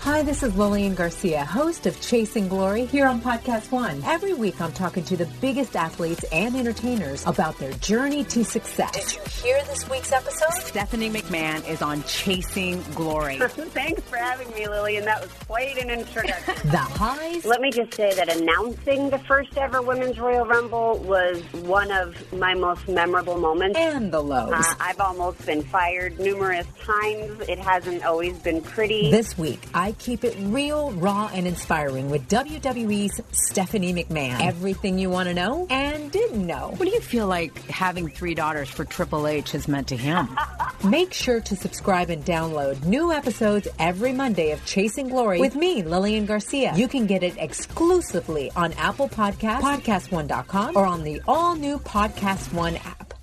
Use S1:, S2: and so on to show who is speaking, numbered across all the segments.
S1: Hi, this is Lillian Garcia, host of Chasing Glory here on Podcast One. Every week I'm talking to the biggest athletes and entertainers about their journey to success. Did you hear this week's episode?
S2: Stephanie McMahon is on Chasing Glory.
S3: Thanks for having me, Lillian. That was quite an introduction.
S1: The highs
S3: Let me just say that announcing the first ever Women's Royal Rumble was one of my most memorable moments.
S1: and the lows.
S3: Uh, I've almost been fired numerous times. It hasn't always been pretty.
S1: This week, I keep it real, raw, and inspiring with WWE's Stephanie McMahon. Everything you want to know and didn't know.
S2: What do you feel like having three daughters for Triple H has meant to him?
S1: Make sure to subscribe and download new episodes every Monday of Chasing Glory with me, Lillian Garcia. You can get it exclusively on Apple Podcasts, PodcastOne.com, or on the all new Podcast One app.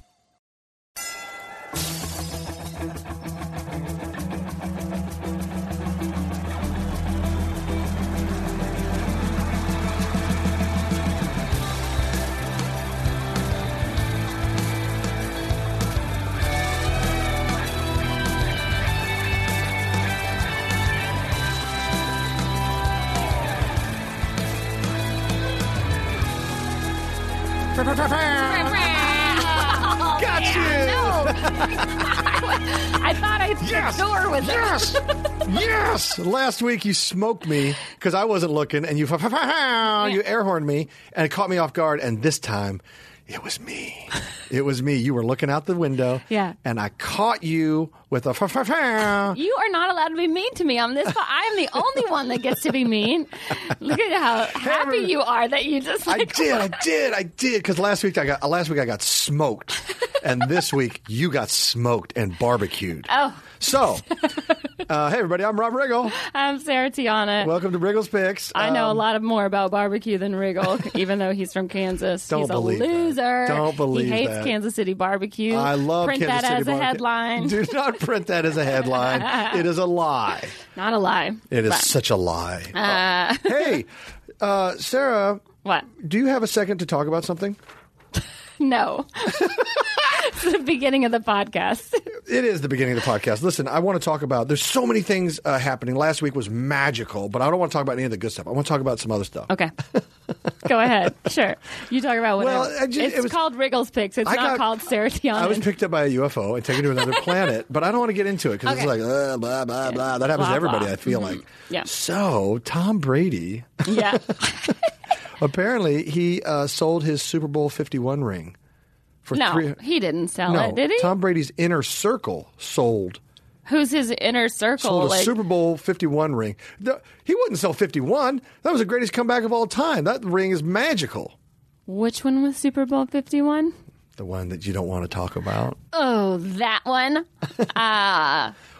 S4: Got
S5: I thought I
S6: Yes.
S5: the door was
S6: yes. yes. Last week you smoked me because I wasn't looking, and you you air horned me, and it caught me off guard. And this time, it was me. It was me. You were looking out the window,
S5: Yeah.
S6: and I caught you with a.
S5: You are not allowed to be mean to me on this. po- I am the only one that gets to be mean. Look at how happy
S6: everybody.
S5: you are that you just
S6: I
S5: like
S6: did, I did, I did. Because last week I got last week I got smoked, and this week you got smoked and barbecued.
S5: Oh.
S6: so uh, hey everybody, I'm Rob Riggle.
S5: I'm Sarah Tiana.
S6: Welcome to Riggle's Picks.
S5: I know a
S6: Um,
S5: lot of more about barbecue than Wriggle, even though he's from Kansas.
S6: Don't
S5: he's a
S6: believe that.
S5: loser.
S6: Don't believe
S5: He hates
S6: that.
S5: Kansas City barbecue.
S6: Uh, I love
S5: Print
S6: Kansas
S5: that
S6: City
S5: as a
S6: barbecue.
S5: headline.
S6: Do not print that as a headline. it is a lie.
S5: Not a lie.
S6: It is
S5: But-
S6: such a lie. Oh.
S5: Uh,
S6: hey, uh, Sarah,
S5: what?
S6: do you have a second to talk about something?
S5: No. it's the beginning of the podcast.
S6: It is the beginning of the podcast. Listen, I want to talk about. There's so many things uh, happening. Last week was magical, but I don't want to talk about any of the good stuff. I want to talk about some other stuff.
S5: Okay. Go ahead. Sure. You talk about whatever.
S6: Well, I just-
S5: it's
S6: it was-
S5: called Wriggles Picks. It's
S6: I
S5: not
S6: got-
S5: called Seratiana.
S6: I was picked up by a UFO and taken to another planet, but I don't want to get into it because it's like uh, blah blah blah. That happens
S5: Blah,
S6: to everybody.
S5: blah. Mm-hmm.
S6: I feel like.
S5: Yeah.
S6: So Tom Brady,
S5: yeah.
S6: apparently, he uh, sold his Super Bowl 51 ring for
S5: No,
S6: three.
S5: he didn't sell
S6: no,
S5: it, did he?
S6: Tom Brady's inner circle sold
S5: Who's his inner circle?
S6: sold a
S5: like,
S6: Super Bowl 51 ring. The- he wouldn't sell 51. That was the greatest comeback of all time. That ring is magical.
S5: which one was Super Bowl 51?
S6: The one that you don't want to talk about.
S5: Oh, that one.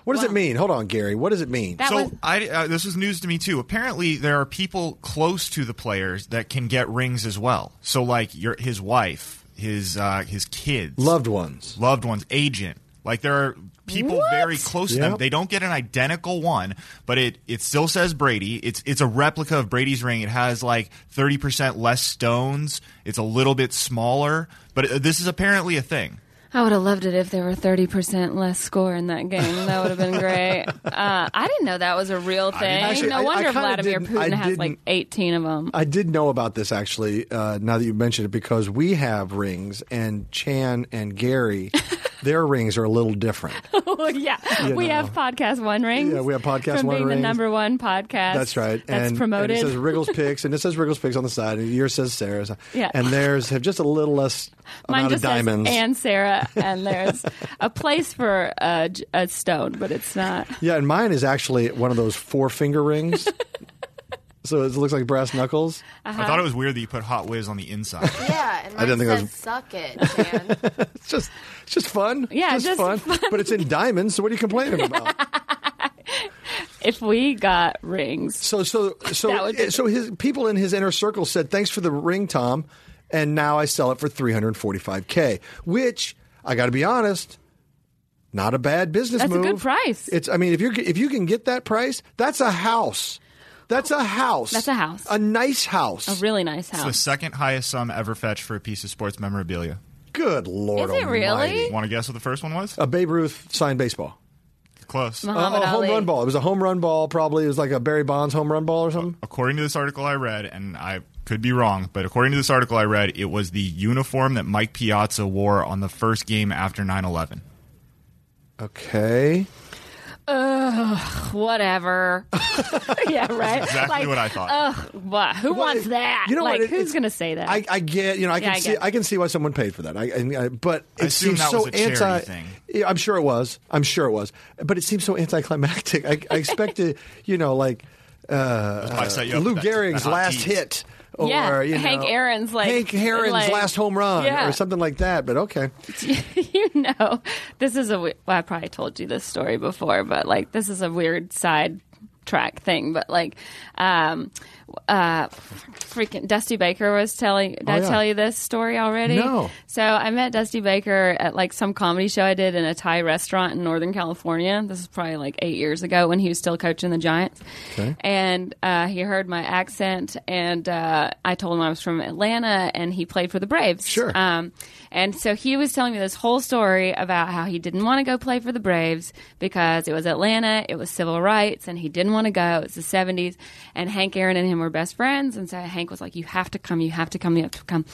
S6: What does it mean? Hold on, Gary. What does it mean?
S5: That
S7: so
S5: was
S7: I, uh, this is news to me too. Apparently, there are people close to the players that can get rings as well. So, like your his wife, his uh, his kids,
S6: Loved ones.
S7: loved ones, agent. Like there are people
S5: What?
S7: very close to them.
S6: Yep.
S7: They don't get an identical one, but it it still says Brady. It's it's a replica of Brady's ring. It has like thirty percent less stones. It's a little bit smaller, but uh, this is apparently a thing.
S5: I would have loved it if there were 30% less score in that game. That would have been great. Uh, I didn't know that was a real thing.
S6: actually, I-
S5: no
S6: I
S5: wonder
S6: kinda
S5: Vladimir
S6: didn't- I
S5: Putin has like
S6: didn't-
S5: 18 of them.
S6: I did know about this actually. Uh, now that you mentioned it, because we have rings, and Chan and Gary, their rings are a little different.
S5: Well, Oh, yeah, we
S6: know.
S5: have podcast one rings.
S6: Yeah, we have Podcast
S5: from
S6: One
S5: being
S6: Rings.
S5: the number one podcast.
S6: That's right.
S5: That's
S6: and,
S5: promoted.
S6: And it says Wriggles Picks, and it says Wriggles Picks on the side, and yours says Sarah's.
S5: Yeah.
S6: And theirs have just a little less
S5: Mine
S6: amount
S5: just
S6: of diamonds.
S5: says and Sarah, and there's a place for a, j- a stone, but it's not.
S6: Yeah, and mine is actually one of those four finger rings. so it looks like brass knuckles.
S5: Uh-huh.
S7: I thought it was weird that you put Hot Whiz on the inside.
S8: Yeah, and
S6: I
S8: I
S6: didn't
S8: didn't
S6: think that was-
S8: suck it, Dan.
S6: It's just it's just fun.
S5: Yeah,
S6: just,
S5: just
S6: fun. But it's in diamonds, so what are you complaining about?
S5: If we got rings,
S6: so so
S5: That
S6: so
S5: would be-
S6: so his people in his inner circle said, "Thanks for the ring, Tom, and now I sell it for 345k," which I got to be honest, not a bad business
S5: That's a
S6: move.
S5: good price.
S6: It's I mean, if you are if you can get that price, that's a house. That's a house.
S5: That's a house.
S6: A nice house.
S5: A really nice
S7: It's the
S5: house.
S7: second highest sum ever fetched for a piece of sports memorabilia.
S6: Good lord.
S5: Is it really?
S6: almighty.
S7: Want to guess what the first one was?
S6: A Babe Ruth signed baseball. Uh-huh.
S7: Close.
S6: A-
S5: Muhammad
S6: a home
S5: Ali.
S6: run ball. It was a home run ball. Probably it was like a Barry Bonds home run ball or something.
S7: According to this article I read, and I could be wrong, but according to this article I read, it was the uniform that Mike Piazza wore on the first game after 9 11.
S6: Okay.
S5: Whatever. yeah, right.
S7: Exactly
S5: like, uh,
S7: what I thought.
S5: what? Who wants
S6: it-
S5: that?
S6: you know what,
S5: like,
S6: it-
S5: who's
S6: it-
S5: going to say that?
S6: I, I get, you know, I
S5: Yeah,
S6: can
S5: I
S6: see,
S5: get it.
S6: I can see why someone paid for that. I, I, I but it
S7: I assume
S6: seems
S7: that
S6: so
S7: was a charity
S6: anti.
S7: thing.
S6: Yeah, I'm sure it was. I'm sure it was. But it seems so anticlimactic. I, I expected, you know, like
S7: That's why I set you up
S6: Lou
S7: with that-
S6: Gehrig's
S7: that hot
S6: last
S7: tease.
S6: hit, or
S5: Yeah,
S6: you know,
S5: Hank Aaron's, like-
S6: Hank Aaron's
S5: like-
S6: last home run,
S5: Yeah.
S6: or something like that. But okay,
S5: you know, this is a. we- Well, I probably told you this story before, but like, this is a weird side track thing. But like, um, uh, freaking Dusty Baker was telling. Did
S6: Oh,
S5: I
S6: yeah.
S5: tell you this story already?
S6: No.
S5: So I met Dusty Baker at like some comedy show I did in a Thai restaurant in Northern California. This is probably like eight years ago when he was still coaching the Giants.
S6: Okay.
S5: And uh, he heard my accent, and uh, I told him I was from Atlanta, and he played for the Braves.
S6: Sure.
S5: Um, and so he was telling me this whole story about how he didn't want to go play for the Braves because it was Atlanta, it was civil rights, and he didn't want to go. It's the 70s. And Hank Aaron and him were best friends. And so Hank was like, You have to come, you have to come, you have to come.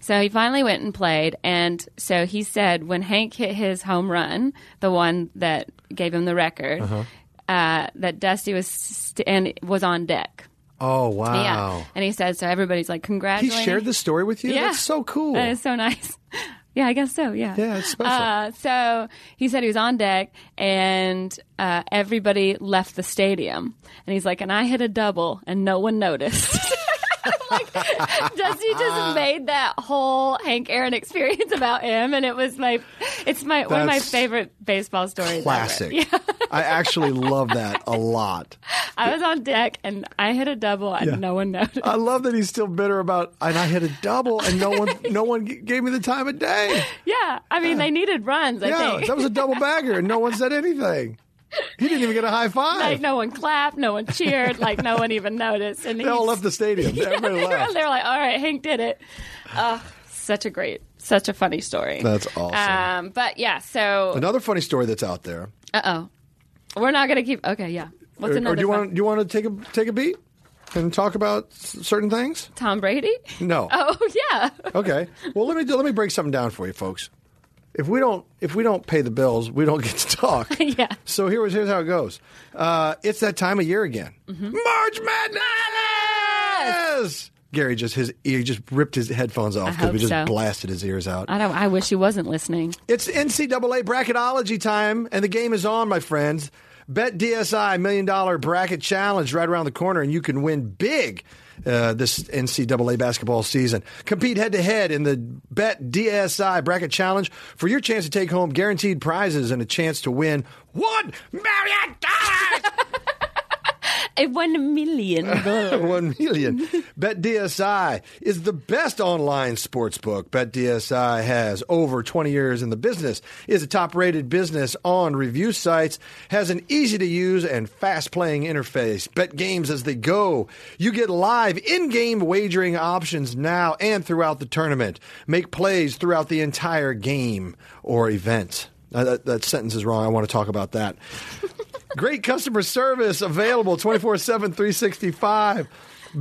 S5: So he finally went and played. And so he said, when Hank hit his home run, the one that gave him the record,
S6: Uh-huh.
S5: uh that Dusty was, st- and was on deck.
S6: oh wow,
S5: Yeah. And he said, so everybody's like,
S6: he
S5: Congratulations.
S6: shared this story with you.
S5: Yeah.
S6: That's so cool.
S5: That is so nice. Yeah, I guess so. Yeah.
S6: Yeah, it's special.
S5: Uh, so he said he was on deck, and uh, everybody left the stadium. And he's like, and I hit a double, and no one noticed. I'm like, Dusty just made that whole Hank Aaron experience about him, and it was my, it's my one of my
S6: That's
S5: favorite baseball stories. ever.
S6: Classic.
S5: Yeah,
S6: I actually love that a lot.
S5: I was on deck and I hit a double, and
S6: Yeah.
S5: no one noticed.
S6: I love that he's still bitter about, and I hit a double, and no one, no one g- gave me the time of day.
S5: yeah, I mean, they needed runs. I
S6: yeah,
S5: think
S6: that was a double bagger, and no one said anything. He didn't even get a high five.
S5: Like no one clapped, no one cheered, like no one even noticed. And
S6: they all left the stadium. Everybody left.
S5: They're like, "All right, Hank did it." Ugh, such a great, such a funny story.
S6: That's awesome.
S5: Um, but yeah, so
S6: Another funny story that's out there. Uh,
S5: uh oh, we're not gonna keep. Okay, yeah. What's
S6: or, or
S5: another?
S6: do you
S5: fun-
S6: want do you want to take a take a beat and talk about s- certain things?
S5: Tom Brady?
S6: No.
S5: Oh yeah.
S6: Okay. Well, let me do, let me break something down for you, folks. If we don't if we don't pay the bills, we don't get to talk.
S5: Yeah.
S6: So here was here's how it goes. Uh, it's that time of year again.
S5: Mm-hmm.
S6: March Madness. Gary just his ear just ripped his headphones off because
S5: hope
S6: we just
S5: so.
S6: blasted his ears out.
S5: I don't. I wish he wasn't listening.
S6: It's NCAA bracketology time, and the game is on, my friends. Bet DSI Million Dollar Bracket Challenge right around the corner, and you can win big uh, this NCAA basketball season. Compete head to head in the Bet DSI Bracket Challenge for your chance to take home guaranteed prizes and a chance to win one million dollars.
S5: It won a million.
S6: Uh, One million. Bet DSI is the best online sports book. Bet DSI has over 20 years in the business, is a top rated business on review sites, has an easy to use and fast playing interface. Bet games as they go. You get live in game wagering options now and throughout the tournament. Make plays throughout the entire game or event. Uh, that, that sentence is wrong. I want to talk about that. Great customer service available 24 7, 365.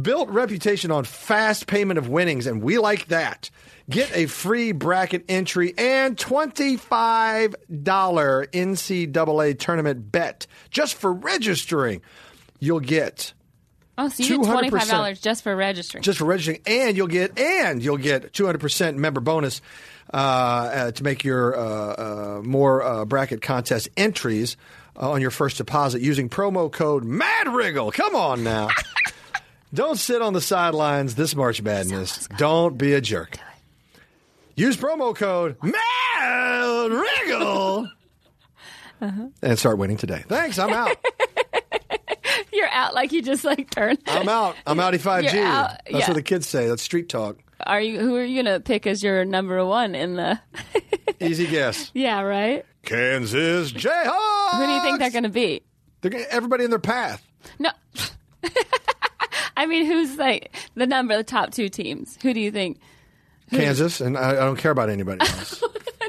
S6: Built reputation on fast payment of winnings, and we like that. Get a free bracket entry and $25 NCAA tournament bet just for registering. You'll get
S5: Oh, so you get twenty
S6: 200%.
S5: five dollars just for registering.
S6: just for registering, and you'll get and you'll get 200% member bonus uh, uh, to make your uh, uh, more uh, bracket contest entries uh, on your first deposit using promo code MADRIGGLE. Come on now. Don't sit on the sidelines this March Madness. Don't be a jerk. Use promo code MADRIGGLE
S5: Uh-huh.
S6: and start winning today. Thanks. I'm out.
S5: You're out. Like you just like turn.
S6: I'm out. I'm outy 5G.
S5: You're out.
S6: That's
S5: Yeah.
S6: what the kids say. That's street talk.
S5: Are you? Who are you gonna pick as your number one in the?
S6: Easy guess.
S5: yeah. Right.
S6: Kansas Jayhawks.
S5: Who do you think they're gonna be?
S6: They're gonna, everybody in their path.
S5: No. I mean, who's like the number, the top two teams? Who do you think?
S6: Kansas, and I, I don't care about anybody else.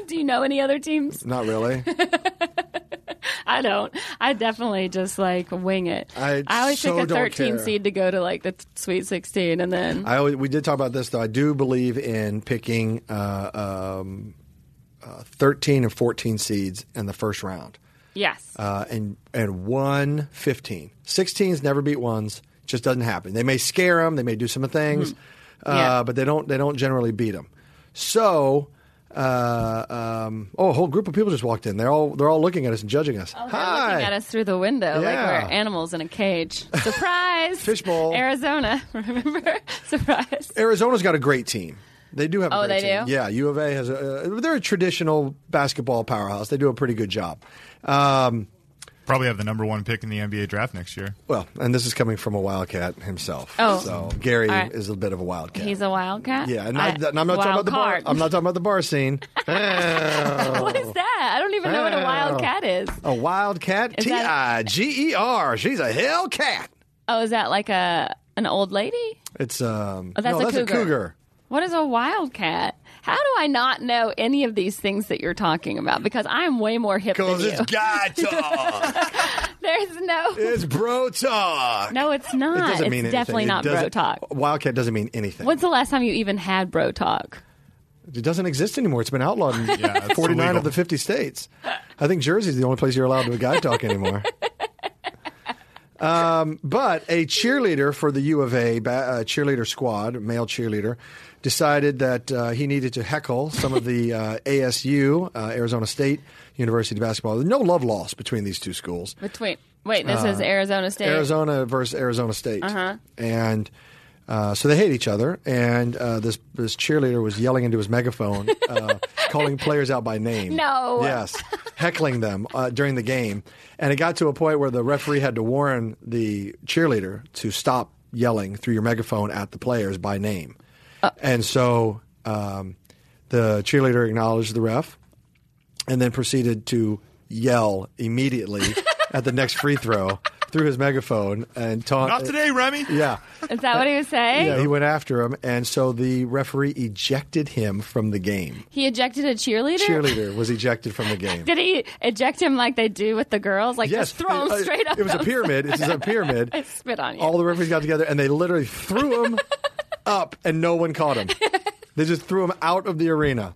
S5: Do you know any other teams?
S6: Not really.
S5: I don't. I definitely just like wing it.
S6: I
S5: always
S6: so
S5: pick a
S6: don't
S5: 13
S6: care.
S5: seed to go to like the t- Sweet 16, and then
S6: I always, we did talk about this though. I do believe in picking uh, um, uh, thirteen or fourteen seeds in the first round,
S5: yes,
S6: uh, and and one 15. 16s never beat ones. Just doesn't happen. They may scare them. They may do some things, uh,
S5: Hmm. Yeah.
S6: but they don't. They don't generally beat them. So. Uh, um, oh, a whole group of people just walked in. They're all they're all looking at us and judging us.
S5: Oh, they're
S6: Hi,
S5: looking at us through the window like
S6: Yeah.
S5: we're animals in a cage. Surprise!
S6: Fishbowl.
S5: Arizona, remember? Surprise.
S6: Arizona's got a great team. They do have. A
S5: Oh,
S6: great
S5: they
S6: team.
S5: do?
S6: Yeah, U of A has. A, uh, they're a traditional basketball powerhouse. They do a pretty good job. Um,
S7: Probably have the number one pick in the NBA draft next year.
S6: well, and this is coming from a Wildcat himself.
S5: Oh.
S6: so Gary
S5: All right.
S6: is a bit of a Wildcat.
S5: He's a wildcat.
S6: yeah, and, I,
S5: I-
S6: and I'm not talking about the bar.
S5: wild card.
S6: I'm not talking about the bar scene.
S5: what is that? I don't even know what a wildcat is.
S6: a Wildcat,
S5: Is
S6: T I
S5: that-
S6: G E R. She's a hellcat.
S5: Oh, is that like a an old lady?
S6: It's um.
S5: Oh, that's
S6: no,
S5: a
S6: that's
S5: cougar.
S6: a cougar.
S5: What is a wildcat? How do I not know any of these things that you're talking about? Because I am way more hip than
S6: Because
S5: you.
S6: it's guy talk.
S5: There's no.
S6: it's bro talk.
S5: no, it's
S6: it
S5: not.
S6: doesn't
S5: it's
S6: mean anything.
S5: definitely
S6: It
S5: not bro
S6: doesn't-
S5: talk.
S6: Wildcat doesn't mean anything.
S5: When's the last time you even had bro talk?
S6: It doesn't exist anymore. It's been outlawed in
S7: it's
S6: 49
S7: illegal.
S6: of the 50 states. I think Jersey's the only place you're allowed to guy talk anymore. Um, but a cheerleader for the U of A ba- uh, cheerleader squad, male cheerleader, decided that uh, he needed to heckle some of the uh, ASU, uh, Arizona State University basketball. No love lost between these two schools.
S5: Between wait, this is Arizona State.
S6: Uh,
S5: Uh-huh.
S6: Arizona versus Arizona State, and uh, so they hate each other. And uh, this this cheerleader was yelling into his megaphone, uh, calling players out by name.
S5: No.
S6: yes, heckling them uh, during the game, and it got to a point where the referee had to warn the cheerleader to stop yelling through your megaphone at the players by name.
S5: Uh.
S6: And so um, the cheerleader acknowledged the ref and then proceeded to yell immediately at the next free throw through his megaphone and taunt.
S7: Not today, Remy.
S6: Yeah.
S5: Is that what he was saying?
S6: Yeah, he went after him, and so the referee ejected him from the game.
S5: He ejected a cheerleader.
S6: Cheerleader was ejected from the game.
S5: Did he eject him like they do with the girls? Like just throw him
S6: it,
S5: straight up.
S6: Uh, It was a pyramid. This is a pyramid.
S5: I spit on you.
S6: All the referees got together, and they literally threw him up, and no one caught him. They just threw him out of the arena.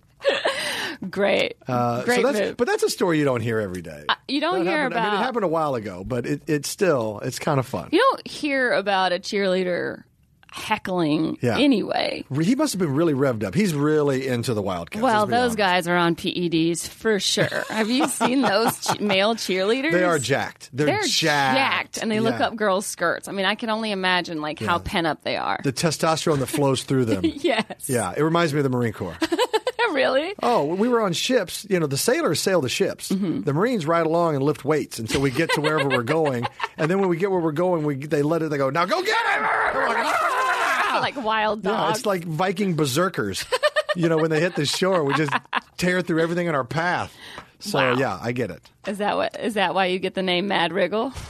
S5: Great,
S6: Uh,
S5: great
S6: so that's,
S5: move.
S6: But that's a story you don't hear every day.
S5: you don't
S6: That
S5: hear
S6: happened- I mean,
S5: about-
S6: it happened a while ago, but it, it's still it's kind of fun.
S5: you don't hear about a cheerleader heckling
S6: Yeah.
S5: anyway.
S6: He must have been really revved up. He's really into the Wildcats.
S5: Well,
S6: let's be
S5: those
S6: honest.
S5: guys are on PEDs for sure. Have you seen those che- male cheerleaders?
S6: They are jacked. They're,
S5: They're
S6: jacked.
S5: and they look
S6: Yeah.
S5: up girls' skirts. I mean, I can only imagine like how pent up they are.
S6: The testosterone that flows through them.
S5: yes.
S6: Yeah, it reminds me of the Marine Corps.
S5: really?
S6: Oh, we were on ships. You know, the sailors sail the ships.
S5: Mm-hmm.
S6: The Marines ride along and lift weights until we get to wherever we're going. And then when we get where we're going, we they let it. They go now, go get it. We're like, "Ah!"
S5: like wild
S6: Yeah,
S5: dogs.
S6: it's like Viking berserkers. you know, when they hit the shore, we just tear through everything in our path. So
S5: Wow.
S6: yeah, I get it.
S5: is that what? Is that why you get the name Mad Wriggle?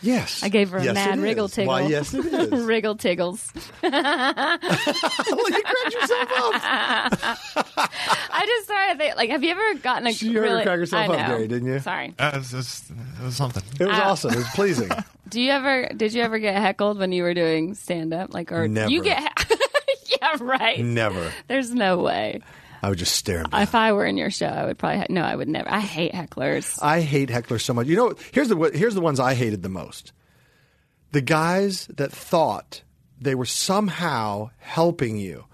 S6: Yes,
S5: I gave her a
S6: Yes,
S5: mad
S6: it
S5: wriggle
S6: is.
S5: tickle.
S6: Why? Yes, it is.
S5: Wriggle tiggles.
S6: Look, you cracked yourself up.
S5: I just started think, like, have you ever gotten a
S6: You heard her
S5: really?
S6: crack herself
S5: I
S6: up,
S5: know.
S6: Gary, didn't you?
S5: Sorry.
S7: Uh, it's just- it was something.
S6: It was
S5: Ow.
S6: awesome. It was pleasing.
S5: Do you ever? Did you ever get heckled when you were doing stand up? Like, or
S6: Never.
S5: you get? yeah, right.
S6: Never.
S5: There's no way.
S6: I would just stare. At
S5: If I were in your show, I would probably. He- no, I would never. I hate hecklers.
S6: I hate hecklers so much. You know, here's the here's the ones I hated the most. The guys that thought they were somehow helping you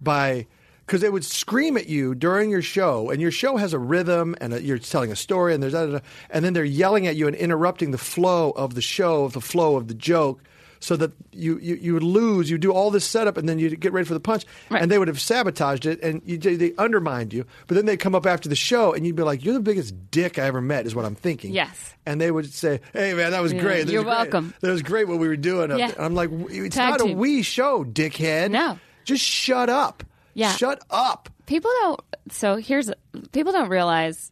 S6: by because they would scream at you during your show, and your show has a rhythm, and a, you're telling a story, and there's da, da, da, and then they're yelling at you and interrupting the flow of the show, of the flow of the joke. So that you, you you would lose, you do all this setup, and then you get ready for the punch, and they would have sabotaged it, and you, they they undermined you. But then they come up after the show, and you'd be like, "You're the biggest dick I ever met," is what I'm thinking.
S5: Yes.
S6: And they would say, "Hey, man, that was great. That
S5: You're
S6: was great.
S5: welcome.
S6: That was great what we were doing." up
S5: Yeah.
S6: there." And I'm like, w- "It's
S5: Tag
S6: not a
S5: team.
S6: we show, dickhead.
S5: No.
S6: Just shut up.
S5: Yeah.
S6: Shut up.
S5: People don't. So here's people don't realize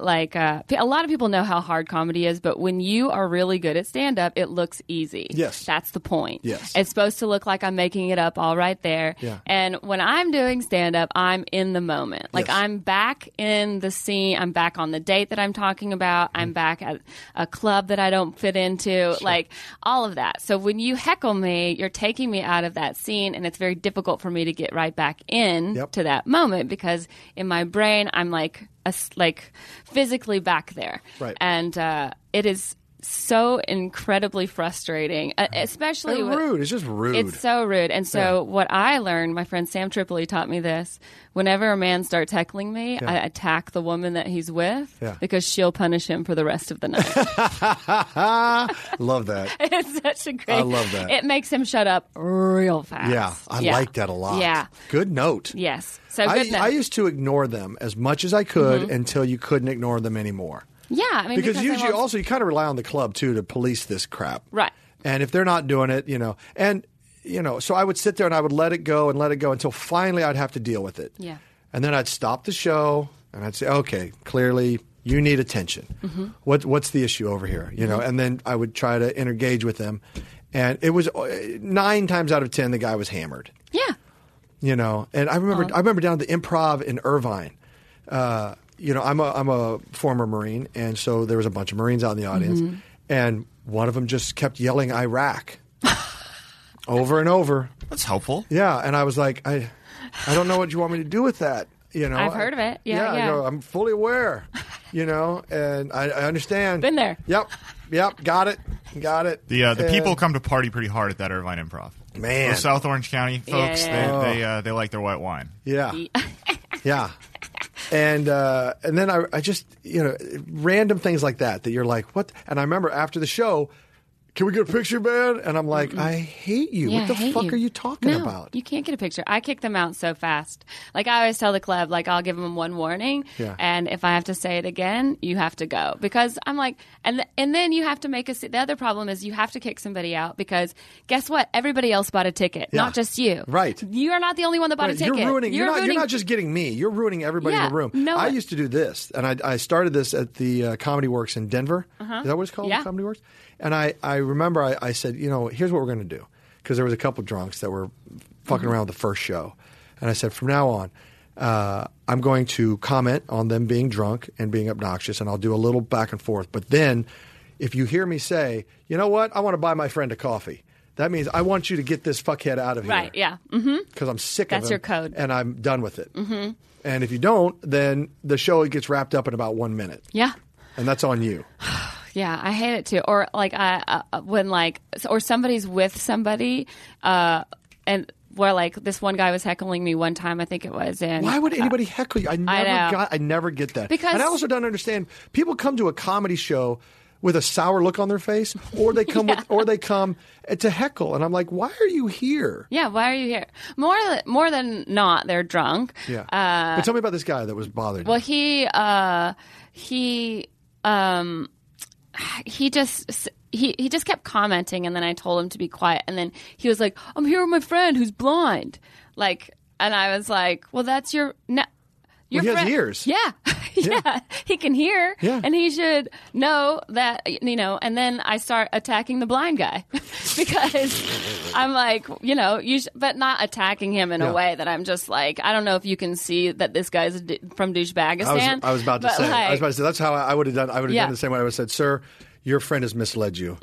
S5: like uh, p- a lot of people know how hard comedy is, but when you are really good at stand up, it looks easy.
S6: Yes.
S5: that's the point.
S6: Yes.
S5: it's supposed to look like I'm making it up all right there.
S6: Yeah.
S5: And when I'm doing stand up, I'm in the moment. Like
S6: Yes.
S5: I'm back in the scene. I'm back on the date that I'm talking about.
S6: Mm.
S5: I'm back at a club that I don't fit into. Like all of that. So when you heckle me, you're taking me out of that scene, and it's very difficult for me to get right back in
S6: Yep.
S5: to that moment because in my brain I'm like a s like physically back there,
S6: Right.
S5: and uh, it is so incredibly frustrating, uh, especially
S6: And
S5: with-
S6: rude. It's just rude.
S5: It's so rude. And so what I learned, my friend Sam Tripoli taught me this. Whenever a man starts heckling me, I attack the woman that he's with
S6: Yeah.
S5: because she'll punish him for the rest of the night.
S6: Love that.
S5: it's such a great.
S6: I love that.
S5: It makes him shut up real fast.
S6: Yeah, I like that a lot.
S5: Yeah.
S6: Good note.
S5: Yes. So
S6: I,
S5: good. note. Mm-hmm.
S6: I used to ignore them as much as I could until you couldn't ignore them anymore.
S5: yeah, I mean
S6: Because,
S5: because they
S6: usually,
S5: won't-
S6: also, you kind of rely on the club too to police this crap.
S5: Right.
S6: And if they're not doing it, you know, and, you know, so I would sit there and I would let it go and let it go until finally I'd have to deal with it.
S5: Yeah.
S6: And then I'd stop the show and I'd say, okay, clearly you need attention.
S5: Mm-hmm.
S6: What, what's the issue over here? You know, and then I would try to engage with them. And it was uh, nine times out of 10, the guy was hammered
S5: Yeah.
S6: you know. And I remember,
S5: Oh.
S6: I remember down at the Improv in Irvine. Uh, you know, I'm a I'm a former Marine, and so there was a bunch of Marines out in the audience,
S5: Mm-hmm.
S6: and one of them just kept yelling Iraq over and over.
S7: That's helpful.
S6: Yeah, and I was like, I, I don't know what you want me to do with that. You know,
S5: I've heard of it. Yeah,
S6: I
S5: yeah.
S6: go, I'm fully aware. You know, and I, I understand.
S5: Been there.
S6: Yep, yep. Got it. Got it.
S7: The uh, the
S6: And-
S7: people come to party pretty hard at that Irvine Improv.
S6: Man.
S7: Those South Orange County folks,
S5: Yeah.
S7: they they, uh, they like their white wine.
S6: Yeah. yeah. And uh, and then I, I just you know random things like that that you're like what and I remember after the show, can we get a picture, man? And I'm like, I hate you.
S5: Yeah,
S6: what
S5: I
S6: the
S5: hate
S6: fuck are you talking
S5: No,
S6: about?
S5: You can't get a picture. I kick them out so fast. Like I always tell the club, like I'll give them one warning,
S6: Yeah.
S5: and if I have to say it again, you have to go because I'm like, and th- and then you have to make a. se- The other problem is you have to kick somebody out because guess what? Everybody else bought a ticket,
S6: Yeah.
S5: not just you.
S6: Right.
S5: You are not the only one that bought a
S6: Right,
S5: ticket.
S6: You're ruining. You're, not,
S5: ruining-
S6: you're not just getting me. You're ruining everybody in
S5: Yeah,
S6: the room.
S5: no
S6: I
S5: one-
S6: used to do this, and I, I started this at the uh, Comedy Works in Denver. Is that what it's called?
S5: Uh-huh. Yeah.
S6: Comedy Works. And I, I remember I, I said, you know, here's what we're going to do, because there was a couple drunks that were fucking
S5: Mm-hmm.
S6: around with the first show, and I said, from now on. Uh, I'm going to comment on them being drunk and being obnoxious, and I'll do a little back and forth. But then, if you hear me say, you know what, I want to buy my friend a coffee, that means I want you to get this fuckhead out of here
S5: Right. Yeah. hmm
S6: because I'm sick of
S5: That's
S6: him
S5: your code.
S6: and I'm done with it. Mm-hmm. And if you don't, then the show gets wrapped up in about one minute,
S5: Yeah.
S6: and that's on you.
S5: Yeah, I hate it too. Or like I uh, when like s- or somebody's with somebody, uh, and where like this one guy was heckling me one time. I think it was in.
S6: Why would anybody heckle you? I never
S5: know.
S6: got, I never get that.
S5: Because-
S6: and I also don't understand people come to a comedy show with a sour look on their face, or they come with, or they come to heckle, and I'm like, why are you here?
S5: Yeah, why are you here? More than more than not, they're drunk.
S6: Yeah. but tell me about this guy that was bothered.
S5: Well, he uh, he um, he just. He, he just kept commenting and then I told him to be quiet and then he was like I'm here with my friend who's blind like and I was like well that's your no, your
S6: he has
S5: friend
S6: ears.
S5: yeah. yeah he can hear
S6: Yeah.
S5: and he should know that you know and then I start attacking the blind guy because I'm like you know you sh- but not attacking him in
S6: Yeah.
S5: a way that I'm just like I don't know if you can see that this guy's a d- from douchebagistan
S6: I was, I was about to
S5: but
S6: say. I was
S5: like-
S6: about to say that's how I, I would have done. I would have
S5: Yeah.
S6: done the same way. I would have said, "Sir, your friend has misled you.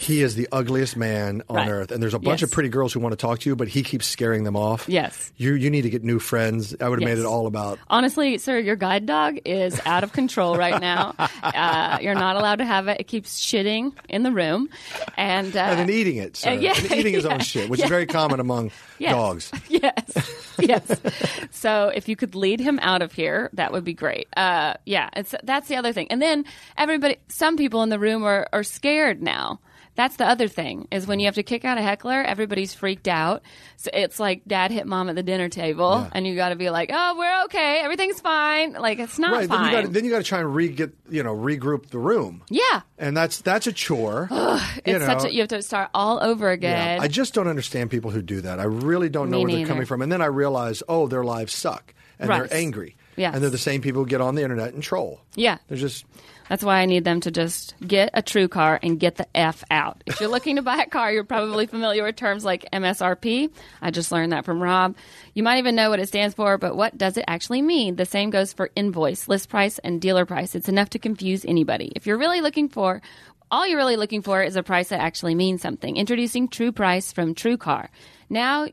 S6: He is the ugliest man on
S5: Right.
S6: earth, and there's a bunch
S5: Yes.
S6: of pretty girls who want to talk to you, but he keeps scaring them off.
S5: Yes.
S6: you you need to get new friends. I would have made
S5: Yes.
S6: it all about.
S5: Honestly, sir, your guide dog is out of control right now. uh, you're not allowed to have it. It keeps shitting in the room, and uh,
S6: And then eating it, sir.
S5: uh, yeah,
S6: And eating his
S5: yeah,
S6: own shit, which
S5: yeah.
S6: is very common among
S5: Yes.
S6: dogs.
S5: Yes, yes. so if you could lead him out of here, that would be great. Uh, yeah, it's, that's the other thing. And then everybody, some people in the room are, are scared now. That's the other thing is when you have to kick out a heckler, everybody's freaked out. So it's like dad hit mom at the dinner table, and you got to be like, "Oh, we're okay, everything's fine." Like it's not
S6: Right. Then you
S5: fine.
S6: gotta- Then you got to try and re get you know regroup the room.
S5: yeah,
S6: And that's that's a chore. you
S5: it's
S6: know,
S5: such a, you have to start all over again.
S6: Yeah. I just don't understand people who do that. I really don't know
S5: Me
S6: where they're coming
S5: neither.
S6: from. And then I realize, oh, their lives suck and
S5: Right.
S6: they're angry.
S5: Yes.
S6: And they're the same people who get on the internet and troll.
S5: Yeah.
S6: They're just
S5: That's why I need them to just get a true car and get the F out. If you're looking to buy a car, you're probably familiar with terms like MSRP. I just learned that from Rob. You might even know what it stands for, but what does it actually mean? The same goes for invoice, list price, and dealer price. It's enough to confuse anybody. If you're really looking for all you're really looking for is a price that actually means something. Introducing True Price from True Car. Now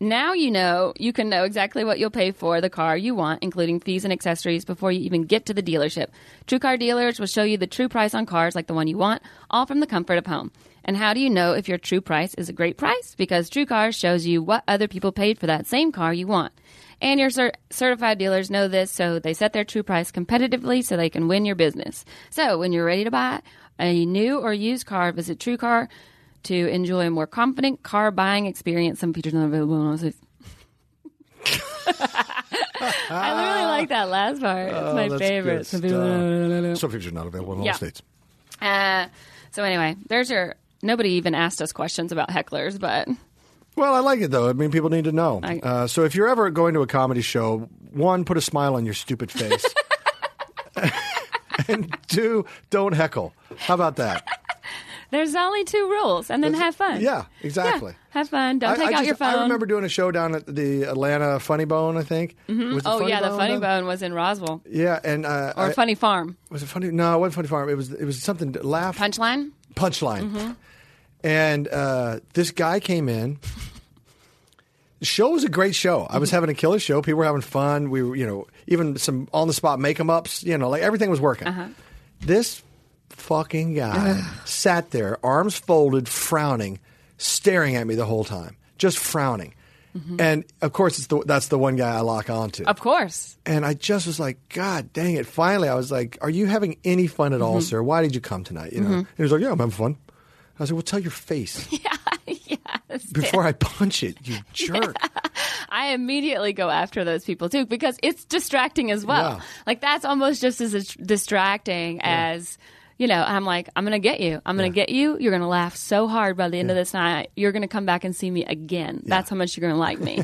S5: now you know you can know exactly what you'll pay for the car you want, including fees and accessories, before you even get to the dealership. True Car dealers will show you the true price on cars like the one you want, all from the comfort of home. And how do you know if your true price is a great price? Because True Car shows you what other people paid for that same car you want. And your cer- certified dealers know this, so they set their true price competitively so they can win your business. So when you're ready to buy a new or used car, visit True Car to enjoy a more confident car buying experience. Some features not available on all sites. I literally like that last part. It's my
S6: Oh, that's
S5: favorite.
S6: good
S5: Some people-
S6: stuff. Some people are not available in all
S5: Yeah.
S6: states.
S5: Uh, so anyway, there's your. Nobody even asked us questions about hecklers, but
S6: Well, I like it though. I mean, people need to know.
S5: I-
S6: uh, so if you're ever going to a comedy show, one, put a smile on your stupid face, and two, don't heckle. How about that?
S5: there's only two rules, and then have fun.
S6: Yeah, exactly.
S5: Yeah, have fun. Don't
S6: I,
S5: take
S6: I
S5: out
S6: just-
S5: your phone.
S6: I remember doing a show down at the Atlanta Funny Bone. I think. Was it
S5: oh yeah, the funny
S6: then?
S5: bone was in Roswell
S6: Yeah, and uh,
S5: or
S6: I-
S5: funny farm
S6: was it funny? No, it wasn't funny farm. It was it was something to laugh
S5: punchline.
S6: punchline. Mm-hmm. And uh, this guy came in. The show was a great show. I was having a killer show. People were having fun. We were, you know, even some on the spot make em ups, you know, like everything was working. This fucking guy sat there, arms folded, frowning, staring at me the whole time, just frowning. And of course, it's the, that's the one guy I lock onto.
S5: Of course,
S6: And I just was like, God dang it. Finally, I was like, Are you having any fun at all, sir? Why did you come tonight? You know? And he was like, Yeah, I'm having fun. I was like, Well, tell your face. yeah. Before I punch it, you jerk.
S5: I immediately go after those people too because it's distracting as well.
S6: Yeah.
S5: Like that's almost just as dis- distracting as you know. I'm like, I'm gonna get you. I'm gonna get you. You're gonna laugh so hard by the end of this night. You're gonna come back and see me again. That's how much you're gonna like me.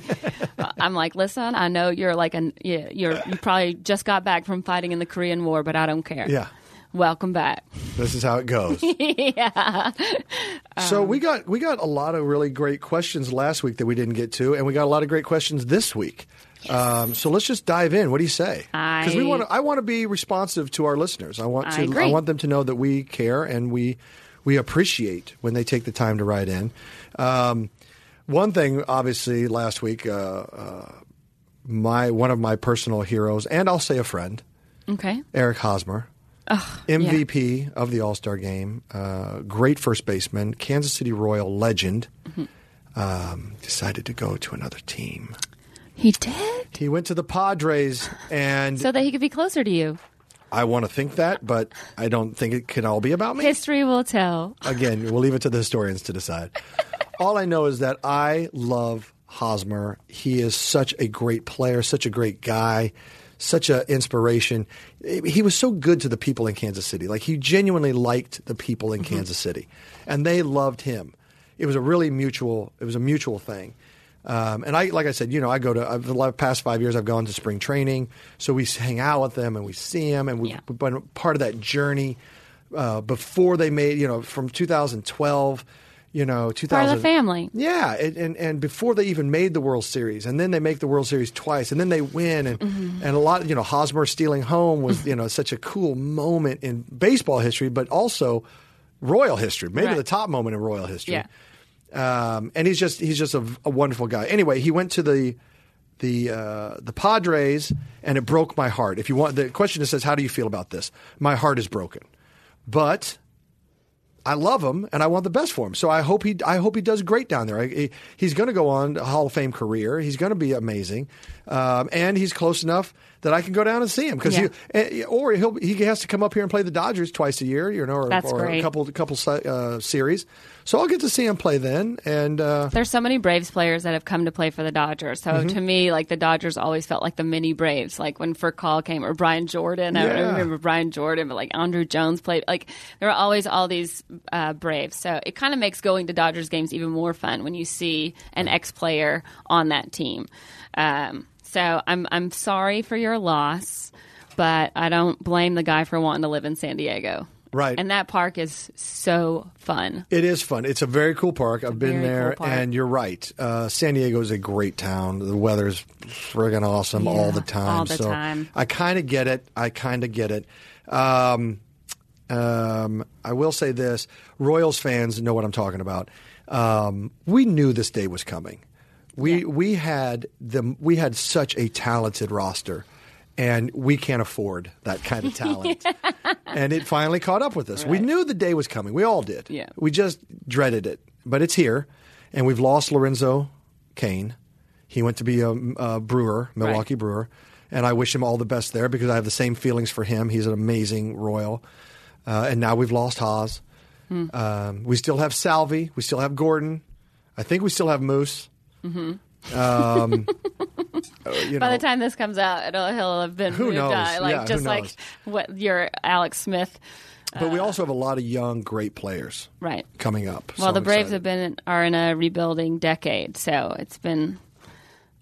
S5: Uh, I'm like, listen, I know you're like an yeah, you're you probably just got back from fighting in the Korean War, but I don't care.
S6: Yeah.
S5: Welcome back.
S6: This is how it goes. yeah. So
S5: Um,
S6: we got we got a lot of really great questions last week that we didn't get to, and we got a lot of great questions this week. Um, so let's just dive in. What do you say? Because we
S5: I-
S6: want to, I want to be responsive to our listeners. I want
S5: I
S6: to
S5: agree.
S6: want them to know that we care and we we appreciate when they take the time to write in. Um, one thing, obviously, last week, uh, uh, my one of my personal heroes, and I'll say a friend,
S5: Okay.
S6: Eric Hosmer, MVP of the All Star Game, uh, great first baseman, Kansas City Royal legend, um, decided to go to another team.
S5: He did.
S6: He went to the Padres, and
S5: So that he could be closer to you.
S6: I want to think that, but I don't think it can all be about me.
S5: History will tell.
S6: Again, we'll leave it to the historians to decide. All I know is that I love Hosmer. He is such a great player, such a great guy, such an inspiration. He was so good to the people in Kansas City. Like he genuinely liked the people in Kansas City, and they loved him. It was a really mutual. It was a mutual thing. Um, and I, like I said, you know, I go to I've, the la- past five years. I've gone to spring training, so we hang out with them and we see them, and we,
S5: Yeah.
S6: we've been part of that journey uh, before they made, you know, from 2012, you know, 2000.
S5: family.
S6: Yeah, and, and and before they even made the World Series, and then they make the World Series twice, and then they win, and
S5: Mm-hmm.
S6: and a lot, you know, Hosmer stealing home was you know such a cool moment in baseball history, but also Royal history, maybe
S5: Right.
S6: the top moment in Royal history.
S5: Yeah.
S6: Um, and he's just he's just a, a wonderful guy. Anyway, he went to the the uh, the Padres, and it broke my heart. If you want, the question is says, how do you feel about this? My heart is broken, but I love him, and I want the best for him. So I hope he I hope he does great down there. I, he- he's going to go on a Hall of Fame career. He's going to be amazing, um, and he's close enough that I can go down and see him because
S5: Yeah.
S6: or he'll he has to come up here and play the Dodgers twice a year, you know, or,
S5: That's
S6: or a
S5: great.
S6: couple couple si- uh, series. So I'll get to see him play then, and uh,
S5: There's so many Braves players that have come to play for the Dodgers. So
S6: Mm-hmm.
S5: to me, like the Dodgers always felt like the mini Braves. Like when Furcal came or Brian Jordan, I
S6: Yeah.
S5: don't remember Brian Jordan, but like Andrew Jones played. Like there were always all these uh, Braves. So it kind of makes going to Dodgers games even more fun when you see an ex player on that team. Um, So I'm I'm sorry for your loss, but I don't blame the guy for wanting to live in San Diego.
S6: Right.
S5: And that park is so fun.
S6: It is fun. It's a very cool park. I've been
S5: very
S6: there,
S5: cool park.
S6: and you're right. Uh, San Diego is a great town. The weather's friggin' awesome all the
S5: Yeah,
S6: time.
S5: all the
S6: so
S5: time.
S6: I kind of get it. I kind of get it. Um, um, I will say this: Royals fans know what I'm talking about. Um, we knew this day was coming. We we had the we had such a talented roster. And we can't afford that kind of talent. and it finally caught up with us. We knew the day was coming. We all did.
S5: Yeah.
S6: We just dreaded it, but it's here, and we've lost Lorenzo Kane. He went to be a, a Brewer, Milwaukee Brewer, and I wish him all the best there because I have the same feelings for him. He's an amazing Royal, uh, and now we've lost Haas.
S5: Hmm.
S6: Um, we still have Salvi. We still have Gordon. I think we still have Moose. Um, uh, you
S5: Mm-hmm. By
S6: know,
S5: the time this comes out, it'll he'll have been
S6: Who
S5: moved
S6: knows?
S5: on. Like
S6: Yeah, who
S5: just like
S6: knows?
S5: what your Alex Smith,
S6: but we also have a lot of young, great players
S5: right?
S6: coming up.
S5: Well,
S6: So
S5: the
S6: I'm
S5: Braves
S6: excited.
S5: have been are in a rebuilding decade, so it's been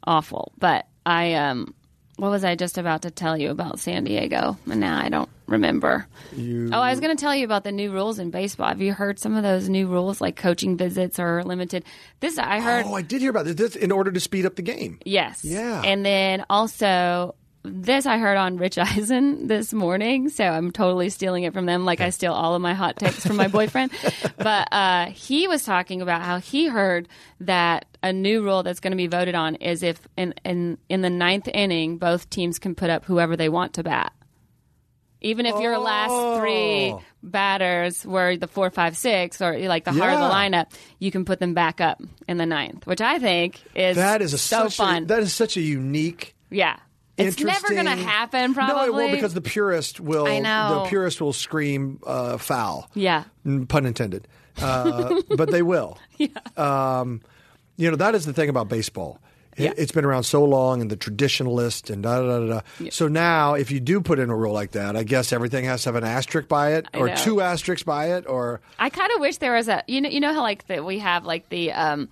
S5: awful. But I um, what was I just about to tell you about San Diego? And now I don't remember. Oh, I was going to tell you about the new rules in baseball. Have you heard some of those new rules, like coaching visits are limited? This I heard.
S6: Oh, I did hear about this. this in order to speed up the game.
S5: Yes.
S6: Yeah.
S5: And then also this I heard on Rich Eisen this morning, so I'm totally stealing it from them like I steal all of my hot takes from my boyfriend. But uh, he was talking about how he heard that a new rule that's going to be voted on is if in, in in the ninth inning both teams can put up whoever they want to bat. Even if your last three
S6: Oh.
S5: batters were the four, five, six, or like the heart of
S6: Yeah.
S5: the lineup, you can put them back up in the ninth, which I think is
S6: That is a
S5: so
S6: such
S5: fun.
S6: A, that is such a unique.
S5: yeah, it's never
S6: interesting-
S5: going to happen. Probably
S6: No, it will because the purist will.
S5: I know.
S6: The purist will scream uh, foul.
S5: yeah,
S6: Mm, pun intended. Uh, but they will. Yeah. Um, you know that is the thing about baseball. It,
S5: Yeah.
S6: It's been around so long, and the traditionalist, and da da da da. da. So now, if you do put in a rule like that, I guess everything has to have an asterisk by it, or
S5: know.
S6: two asterisks by it, or
S5: I kind of wish there was a you know you know how like that we have like the um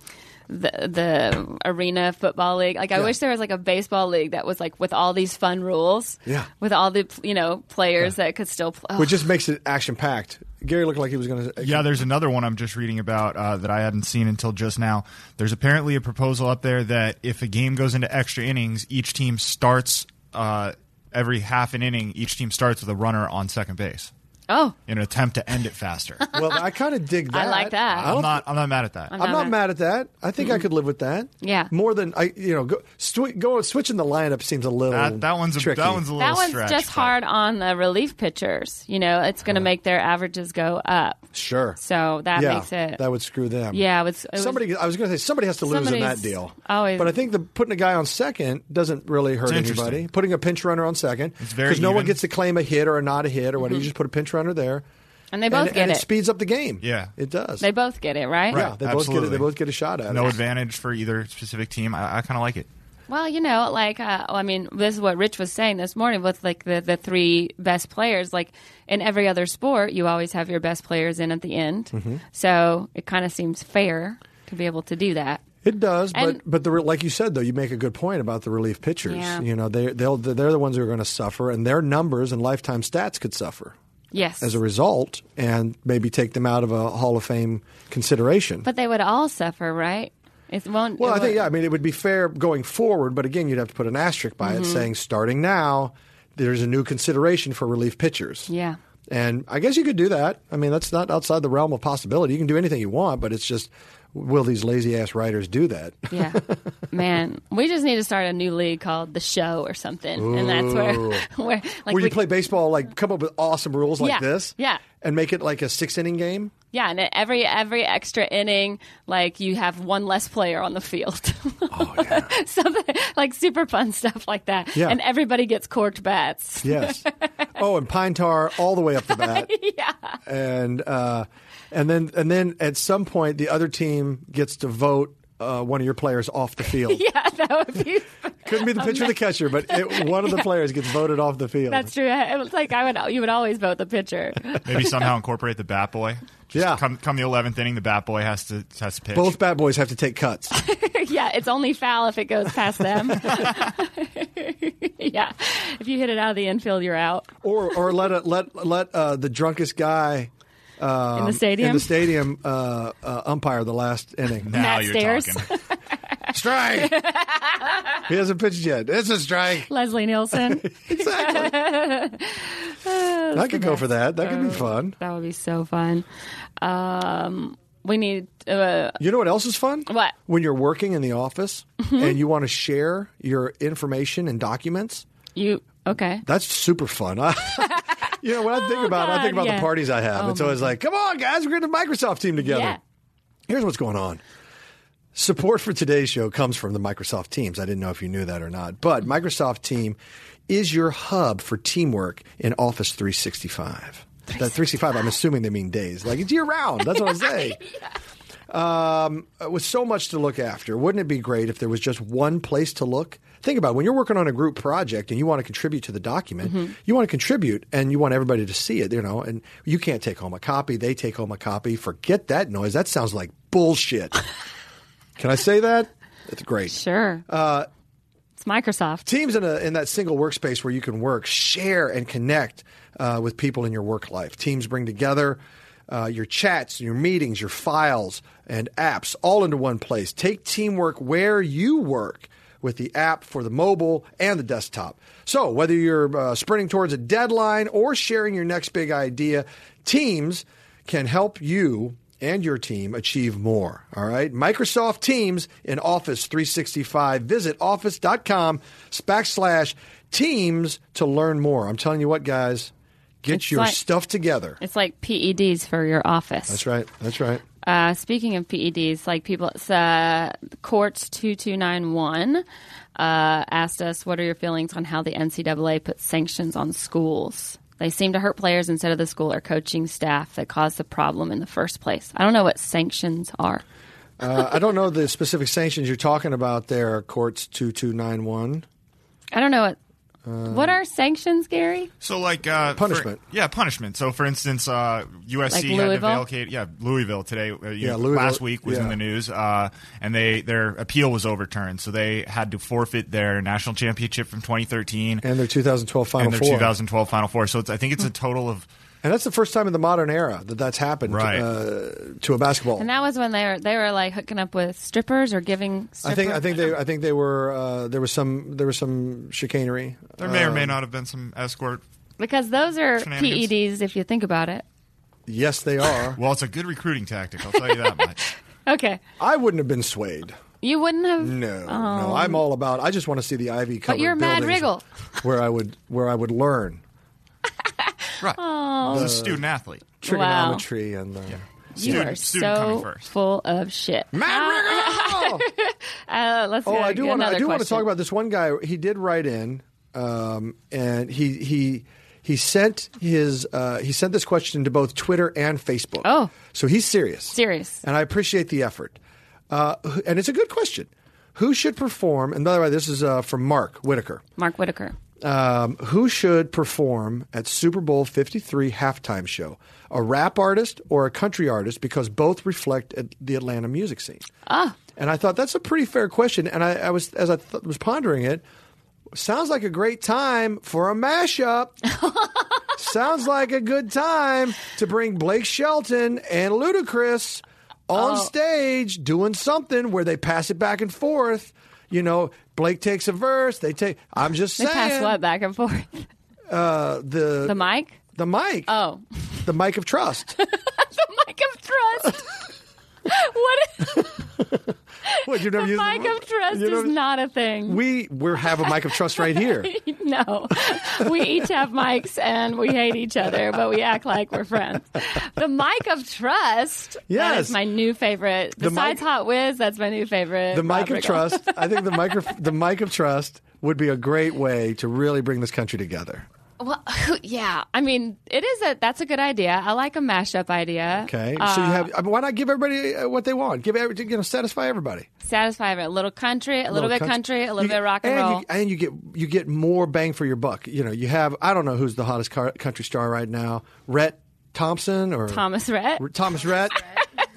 S5: the the arena football league. Like I
S6: Yeah.
S5: wish there was like a baseball league that was like with all these fun rules.
S6: Yeah.
S5: with all the you know players that could still play.
S6: which just makes it action packed. Gary looked like he was going to.
S7: Yeah, there's another one I'm just reading about uh, that I hadn't seen until just now. There's apparently a proposal up there that if a game goes into extra innings, each team starts uh, every half an inning. Each team starts with a runner on second base
S5: oh
S7: in an attempt to end it faster.
S6: Well, I kind of dig that.
S5: I like that.
S6: I
S7: I'm
S6: don't
S7: not. I'm not mad at that.
S6: I'm not mad at that. I think I could live with that.
S5: Yeah.
S6: More than I, you know, go, sw- go switching the lineup seems a little
S7: that, that one's a,
S6: tricky.
S7: that one's a little
S5: that one's
S7: stretch,
S5: just
S7: but-
S5: hard on the relief pitchers. You know, it's going to make their averages go up.
S6: sure.
S5: So that
S6: yeah,
S5: makes it.
S6: that would screw them.
S5: yeah, it was, it was-
S6: Somebody, I was going to say somebody has to lose in that
S5: Somebody's
S6: deal.
S5: always-
S6: but I think the putting a guy on second doesn't really hurt
S7: It's interesting.
S6: anybody. Putting a pinch runner on second
S7: very
S6: no one
S7: even.
S6: gets to claim a hit or a not a hit or whatever. You just put a pinch runner there,
S5: and Mm-hmm. they both
S6: and,
S5: get
S6: and
S5: it.
S6: it speeds up the game.
S7: Yeah.
S6: it does.
S5: they both get it,
S6: yeah,
S5: right?
S6: they both get it. They
S7: absolutely.
S6: both get a shot at
S7: No
S6: it.
S7: advantage for either specific team. I, I kind of like it.
S5: Well, you know, like uh, I mean, this is what Rich was saying this morning with like the the three best players. Like in every other sport, you always have your best players in at the end.
S6: Mm-hmm.
S5: So it kind of seems fair to be able to do that.
S6: It does,
S5: And-
S6: but but the, re- like you said though, you make a good point about the relief pitchers.
S5: Yeah.
S6: You know, they they'll, they're the ones who are going to suffer, and their numbers and lifetime stats could suffer
S5: Yes,
S6: as a result, and maybe take them out of a Hall of Fame consideration.
S5: but they would all suffer, right? It won't.
S6: well,
S5: it
S6: I think
S5: won't-
S6: yeah, I mean it would be fair going forward, but again, you'd have to put an asterisk by
S5: Mm-hmm.
S6: it saying starting now, there's a new consideration for relief pitchers.
S5: Yeah.
S6: And I guess you could do that. I mean, that's not outside the realm of possibility. You can do anything you want, but it's just will these lazy ass writers do that?
S5: Yeah, man, we just need to start a new league called the Show or something, and that's where where like
S6: where you
S5: we,
S6: play baseball, like come up with awesome rules like
S5: Yeah,
S6: this,
S5: yeah.
S6: and make it like a six inning game.
S5: yeah, and every every extra inning, like you have one less player on the field.
S6: Oh yeah,
S5: something like super fun stuff like that.
S6: Yeah.
S5: And everybody gets corked bats.
S6: yes. Oh, and pine tar all the way up the bat. yeah, and uh, and then and then at some point the other team gets to vote uh, one of your players off the field.
S5: Yeah, that would be.
S6: Couldn't be the pitcher or the catcher, but it, one of the players gets voted off the field.
S5: That's true. It was like I would. You would always vote the pitcher.
S7: Maybe somehow incorporate the bat boy. Just
S6: Yeah.
S7: Come, come the eleventh inning, the bat boy has to has to pitch.
S6: Both bat boys have to take cuts.
S5: yeah, it's only foul if it goes past them. yeah, if you hit it out of the infield, you're out.
S6: or or let a, let let uh, the drunkest guy um,
S5: in the stadium,
S6: in the stadium uh, uh, umpire the last inning.
S7: Now
S5: Matt
S7: you're
S5: Stairs.
S7: talking.
S6: strike. he hasn't pitched yet. It's a strike.
S5: Leslie Nielsen.
S6: Exactly. I could go for that. That
S5: Uh,
S6: could be fun.
S5: that would be so fun. Um, we need. Uh,
S6: You know what else is fun?
S5: What? Mm-hmm.
S6: When you're working in the office and you want to share your information and documents,
S5: you okay?
S6: that's super fun. I- you know, when I think about it, I
S5: Oh, God,
S6: think about
S5: yeah.
S6: the parties I have.
S5: Oh,
S6: it's
S5: my
S6: always like, come on, guys, we're getting a Microsoft team together.
S5: Yeah.
S6: Here's what's going on. Support for today's show comes from the Microsoft Teams. I didn't know if you knew that or not, but Microsoft Team is your hub for teamwork in Office 365. That 365, I'm assuming they mean days. Like it's year round. That's what I'm saying. Um, with so much to look after, wouldn't it be great if there was just one place to look? Think about it. when you're working on a group project and you want to contribute to the document, you want to contribute and you want everybody to see it, you know, and you can't take home a copy. They take home a copy. Forget that noise. That sounds like bullshit. Can I say that? That's great.
S5: Sure. it's Microsoft.
S6: Teams in, a, in that single workspace where you can work, share, and connect uh, with people in your work life. Teams bring together uh, your chats, your meetings, your files, and apps all into one place. Take teamwork where you work with the app for the mobile and the desktop. So, whether you're uh, sprinting towards a deadline or sharing your next big idea, Teams can help you and your team achieve more. All right. Microsoft Teams in Office 365. Visit office.com backslash teams to learn more. I'm telling you what, guys, get
S5: It's
S6: your
S5: like-
S6: stuff together.
S5: It's like PEDs for your office.
S6: That's right. That's right.
S5: Uh, speaking of PEDs, like people, it's, uh, Courts 2291 uh, asked us, what are your feelings on how the NCAA puts sanctions on schools? They seem to hurt players instead of the school or coaching staff that caused the problem in the first place. I don't know what sanctions are.
S6: Uh, I don't know the specific sanctions you're talking about there, Courts 2291.
S5: I don't know what.
S6: Uh,
S5: what are sanctions, Gary?
S7: So like uh, for-
S6: Punishment.
S7: yeah, punishment. So for instance, uh, USC
S5: Like
S7: had to
S5: Louisville?
S7: vacate. Yeah, Louisville today. Uh, you
S6: Yeah,
S7: know,
S6: Louisville,
S7: Last week was
S6: yeah.
S7: in the news, uh, and they their appeal was overturned, so they had to forfeit their national championship from 2013
S6: And their 2012 Final
S7: and their
S6: Four.
S7: 2012 Final Four. So it's, I think it's a
S5: Hmm.
S7: total of
S6: and that's the first time in the modern era that that's happened
S7: Right.
S6: uh, to a basketball.
S5: And that was when they were they were like hooking up with strippers or giving. Stripper-
S6: I think I think they I think they were uh, there was some there was some chicanery.
S7: there may
S6: Um,
S7: or may not have been some escort.
S5: because those are
S7: Shenanigans.
S5: PEDs if you think about it.
S6: Yes, they are.
S7: Well, it's a good recruiting tactic. I'll tell you that much.
S5: Okay,
S6: I wouldn't have been swayed.
S5: you wouldn't have.
S6: No, no. I'm all about. I just want to see the ivy covered.
S5: you're Mad
S6: buildings
S5: Wriggle.
S6: Where I would where I would learn
S7: Right,
S5: Oh.
S7: as a student athlete,
S6: trigonometry and the
S5: You
S7: Student-
S5: are
S7: student coming
S5: so
S7: first.
S5: full of shit.
S6: Mad Wriggle.
S5: Uh, let's
S6: Oh,
S5: go
S6: I
S5: to
S6: do want to. I
S5: another
S6: do want to
S5: question.
S6: talk about this one guy. He did write in, um, and he he he sent his uh, he sent this question to both Twitter and Facebook.
S5: Oh.
S6: so he's serious.
S5: Serious.
S6: and I appreciate the effort. Uh, who- and it's a good question. Who should perform? And by the way, this is uh, from Mark Whitaker.
S5: Mark Whitaker.
S6: Um, who should perform at Super Bowl 53 halftime show? A rap artist or a country artist? Because both reflect at the Atlanta music scene. Ah. And I thought that's a pretty fair question. And I, I was, as I th- was pondering it, sounds like a great time for a mashup. sounds like a good time to bring Blake Shelton and Ludacris on
S5: Oh.
S6: stage doing something where they pass it back and forth. You know, Blake takes a verse. They take. I'm just
S5: They
S6: saying
S5: pass what back and forth?
S6: the
S5: The mic?
S6: the mic,
S5: Oh.
S6: the mic of trust.
S5: the mic of trust. what is
S6: what you've never
S5: the
S6: used
S5: mic of trust
S6: you
S5: is
S6: never-
S5: not a thing.
S6: We we have a mic of trust right here.
S5: no. We each have mics and we hate each other, but we act like we're friends. The mic of trust. That
S6: Yes.
S5: is my new favorite.
S6: The
S5: Besides
S6: mic-
S5: Hot Whiz, that's my new favorite.
S6: The mic
S5: Rob
S6: of
S5: Riggle.
S6: trust. I think the mic of, the mic of trust would be a great way to really bring this country together.
S5: Well, yeah. I mean, it is a that's a good idea. I like a mashup idea.
S6: Okay, so you
S5: Uh,
S6: have I mean, why not give everybody uh, what they want? Give every, you know satisfy everybody.
S5: satisfy with a little country, a little, bit country, a little
S6: You
S5: bit
S6: get-
S5: rock and, roll.
S6: You, and you get you get more bang for your buck. You know, you have I don't know who's the hottest car, country star right now, Rhett Thompson or
S5: Thomas Rhett.
S6: Thomas Rhett.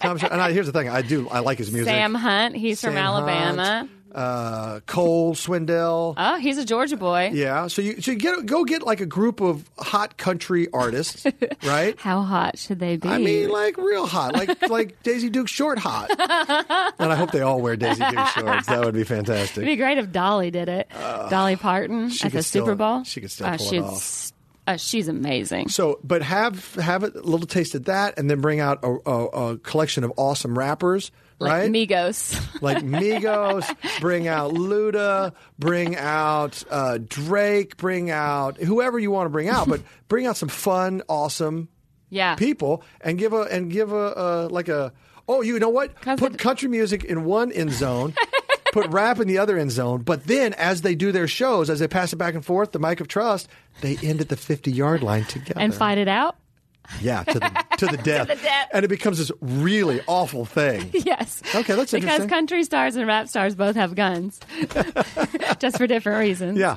S6: Tom Sher- and I, here's the thing: I do. I like his music.
S5: Sam Hunt, he's from
S6: Sam Hunt,
S5: Alabama.
S6: uh, Cole Swindell.
S5: Oh, he's a Georgia boy.
S6: yeah, so you so you get go get like a group of hot country artists, right?
S5: How hot should they be?
S6: I mean, like real hot, like like Daisy Duke short hot. and I hope they all wear Daisy Duke shorts. That would be
S5: It'd be
S6: fantastic.
S5: great if Dolly did it. Dolly Parton
S6: uh, she
S5: at the
S6: could still-
S5: Super Bowl. Oh,
S6: she could still pull it
S5: she's,
S6: off.
S5: Uh, she's amazing.
S6: So, but have have a little taste of that, and then bring out a, a, a collection of awesome rappers, right?
S5: Like Migos.
S6: like Migos, bring out Luda, bring out uh, Drake, bring out whoever you want to bring out, but bring out some fun, awesome
S5: yeah.
S6: people, and give a and give a uh, like a oh you know what
S5: Cause
S6: put
S5: it-
S6: country music in one end zone. Put rap in the other end zone, but then as they do their shows, as they pass it back and forth, the mic of trust, they end at the fifty-yard line together
S5: and fight it out.
S6: Yeah, to the to the death,
S5: death.
S6: and it becomes this really awful thing.
S5: Yes.
S6: Okay, that's
S5: Because
S6: interesting.
S5: country stars and rap stars both have guns, just for different reasons.
S6: Yeah,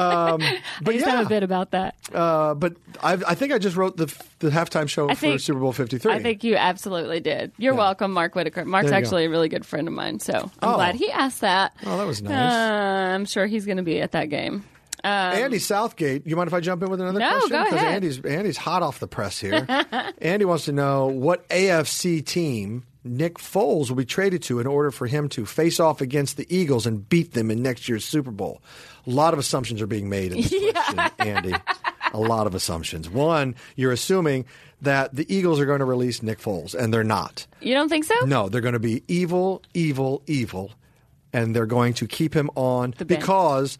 S6: um,
S5: I
S6: but
S5: used
S6: yeah,
S5: to have a bit about that.
S6: Uh, but I've, I think I just wrote the the halftime show
S5: I
S6: for
S5: think-
S6: Super Bowl Fifty Three.
S5: I think you absolutely did. You're welcome, Mark Whitaker. Mark's
S6: There you go.
S5: actually a really good friend of mine, so I'm
S6: Oh.
S5: glad he asked that.
S6: Oh, that was nice.
S5: Uh, I'm sure he's going to be at that game. Uh,
S6: Andy Southgate. You mind if I jump in with another
S5: Um, No,
S6: question?
S5: go
S6: Because
S5: ahead.
S6: Andy's Andy's hot off the press here. Andy wants to know what AFC team Nick Foles will be traded to in order for him to face off against the Eagles and beat them in next year's Super Bowl. A lot of assumptions are being made in this question, Andy. A lot of assumptions. One, you're assuming that the Eagles are going to release Nick Foles, and they're not.
S5: You don't think so?
S6: No, they're going to be evil, evil, evil, and they're going to keep him on
S5: bench. Mm.
S6: because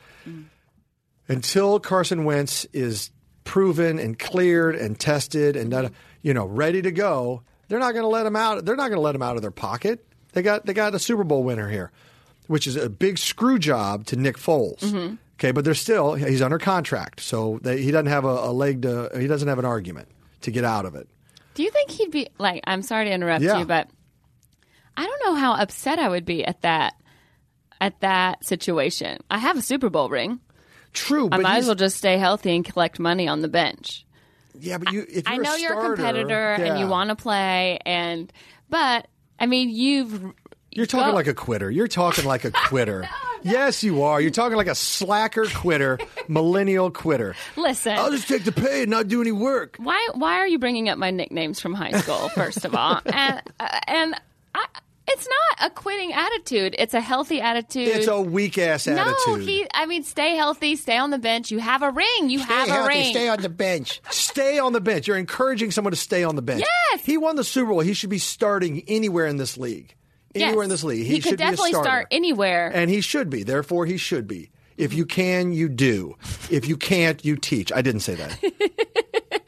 S6: until Carson Wentz is proven and cleared and tested and done, you know ready to go, they're not going to let him out. They're not going to let him out of their pocket. They got they got a Super Bowl winner here, which is a big screw job to Nick Foles.
S5: Mm-hmm.
S6: Okay, but they're still he's under contract, so they, he doesn't have a, a leg to he doesn't have an argument to get out of it.
S5: Do you think he'd be like? I'm sorry to interrupt
S6: Yeah.
S5: you, but I don't know how upset I would be at that at that situation. I have a Super Bowl ring.
S6: True,
S5: I
S6: but
S5: might as
S6: he's-
S5: well just stay healthy and collect money on the bench.
S6: Yeah, but you. If
S5: I
S6: you're
S5: know
S6: a
S5: you're a
S6: starter,
S5: competitor and you
S6: yeah.
S5: want to play, and but I mean you've
S6: You're talking
S5: Go-
S6: like a quitter. You're talking like a quitter. Yes, you are. You're talking like a slacker quitter, millennial quitter.
S5: listen.
S6: I'll just take the pay and not do any work.
S5: why why are you bringing up my nicknames from high school first of all and uh, and I, it's not a quitting attitude it's a healthy attitude
S6: It's a weak ass attitude.
S5: no he i mean stay healthy stay on the bench you have a ring you have a ring
S6: on the bench. Stay on the bench. You're encouraging someone to stay on the bench.
S5: Yes!
S6: He won the Super Bowl. He should be starting anywhere in this league.
S5: Yes.
S6: Anywhere in this league.
S5: he,
S6: should
S5: could definitely
S6: be a starter.
S5: start anywhere
S6: And he should be. Therefore, he should be. If you can, you do. If you can't, you teach. I didn't say that.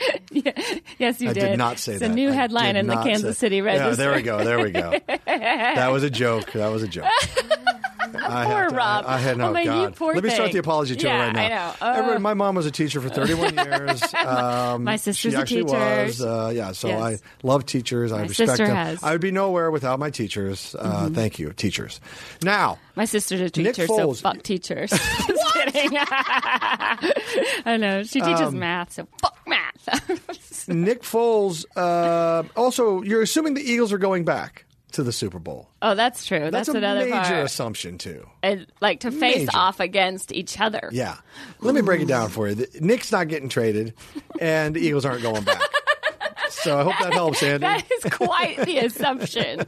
S5: yes you
S6: I did, not say
S5: it's
S6: that.
S5: a new
S6: I
S5: headline
S6: did
S5: in the
S6: not
S5: kansas
S6: say-
S5: city register
S6: Yeah, there we go. There we go. that was a joke. That was a joke. I
S5: Poor
S6: have to-
S5: Rob.
S6: I, I had no
S5: Oh, my, you
S6: God.
S5: poor
S6: Let me start
S5: thing.
S6: the apology tour
S5: Yeah,
S6: right now.
S5: I know. Uh.
S6: Everyone, my mom was a teacher for 31 years. Um,
S5: My sister's
S6: she
S5: a
S6: actually
S5: teacher.
S6: was. Uh, yeah, so
S5: Yes.
S6: I love teachers. I
S5: My
S6: respect
S5: sister
S6: them.
S5: has. Mm-hmm.
S6: I would be nowhere without my teachers. Uh, Thank you, teachers. Now,
S5: my sister's a
S6: Nick
S5: teacher so
S6: Foles-
S5: fuck teachers just kidding i know she teaches
S6: Um,
S5: math so fuck math
S6: Nick Foles. Uh, also, you're assuming the Eagles are going back to the Super Bowl.
S5: oh that's true
S6: That's,
S5: that's,
S6: a
S5: another
S6: major
S5: part
S6: assumption too.
S5: and like to face
S6: Major.
S5: off against each other.
S6: Yeah. Let me break it down for you. The- Nick's not getting traded, and the Eagles aren't going back. so I hope that helps, Andy.
S5: That is quite the assumption.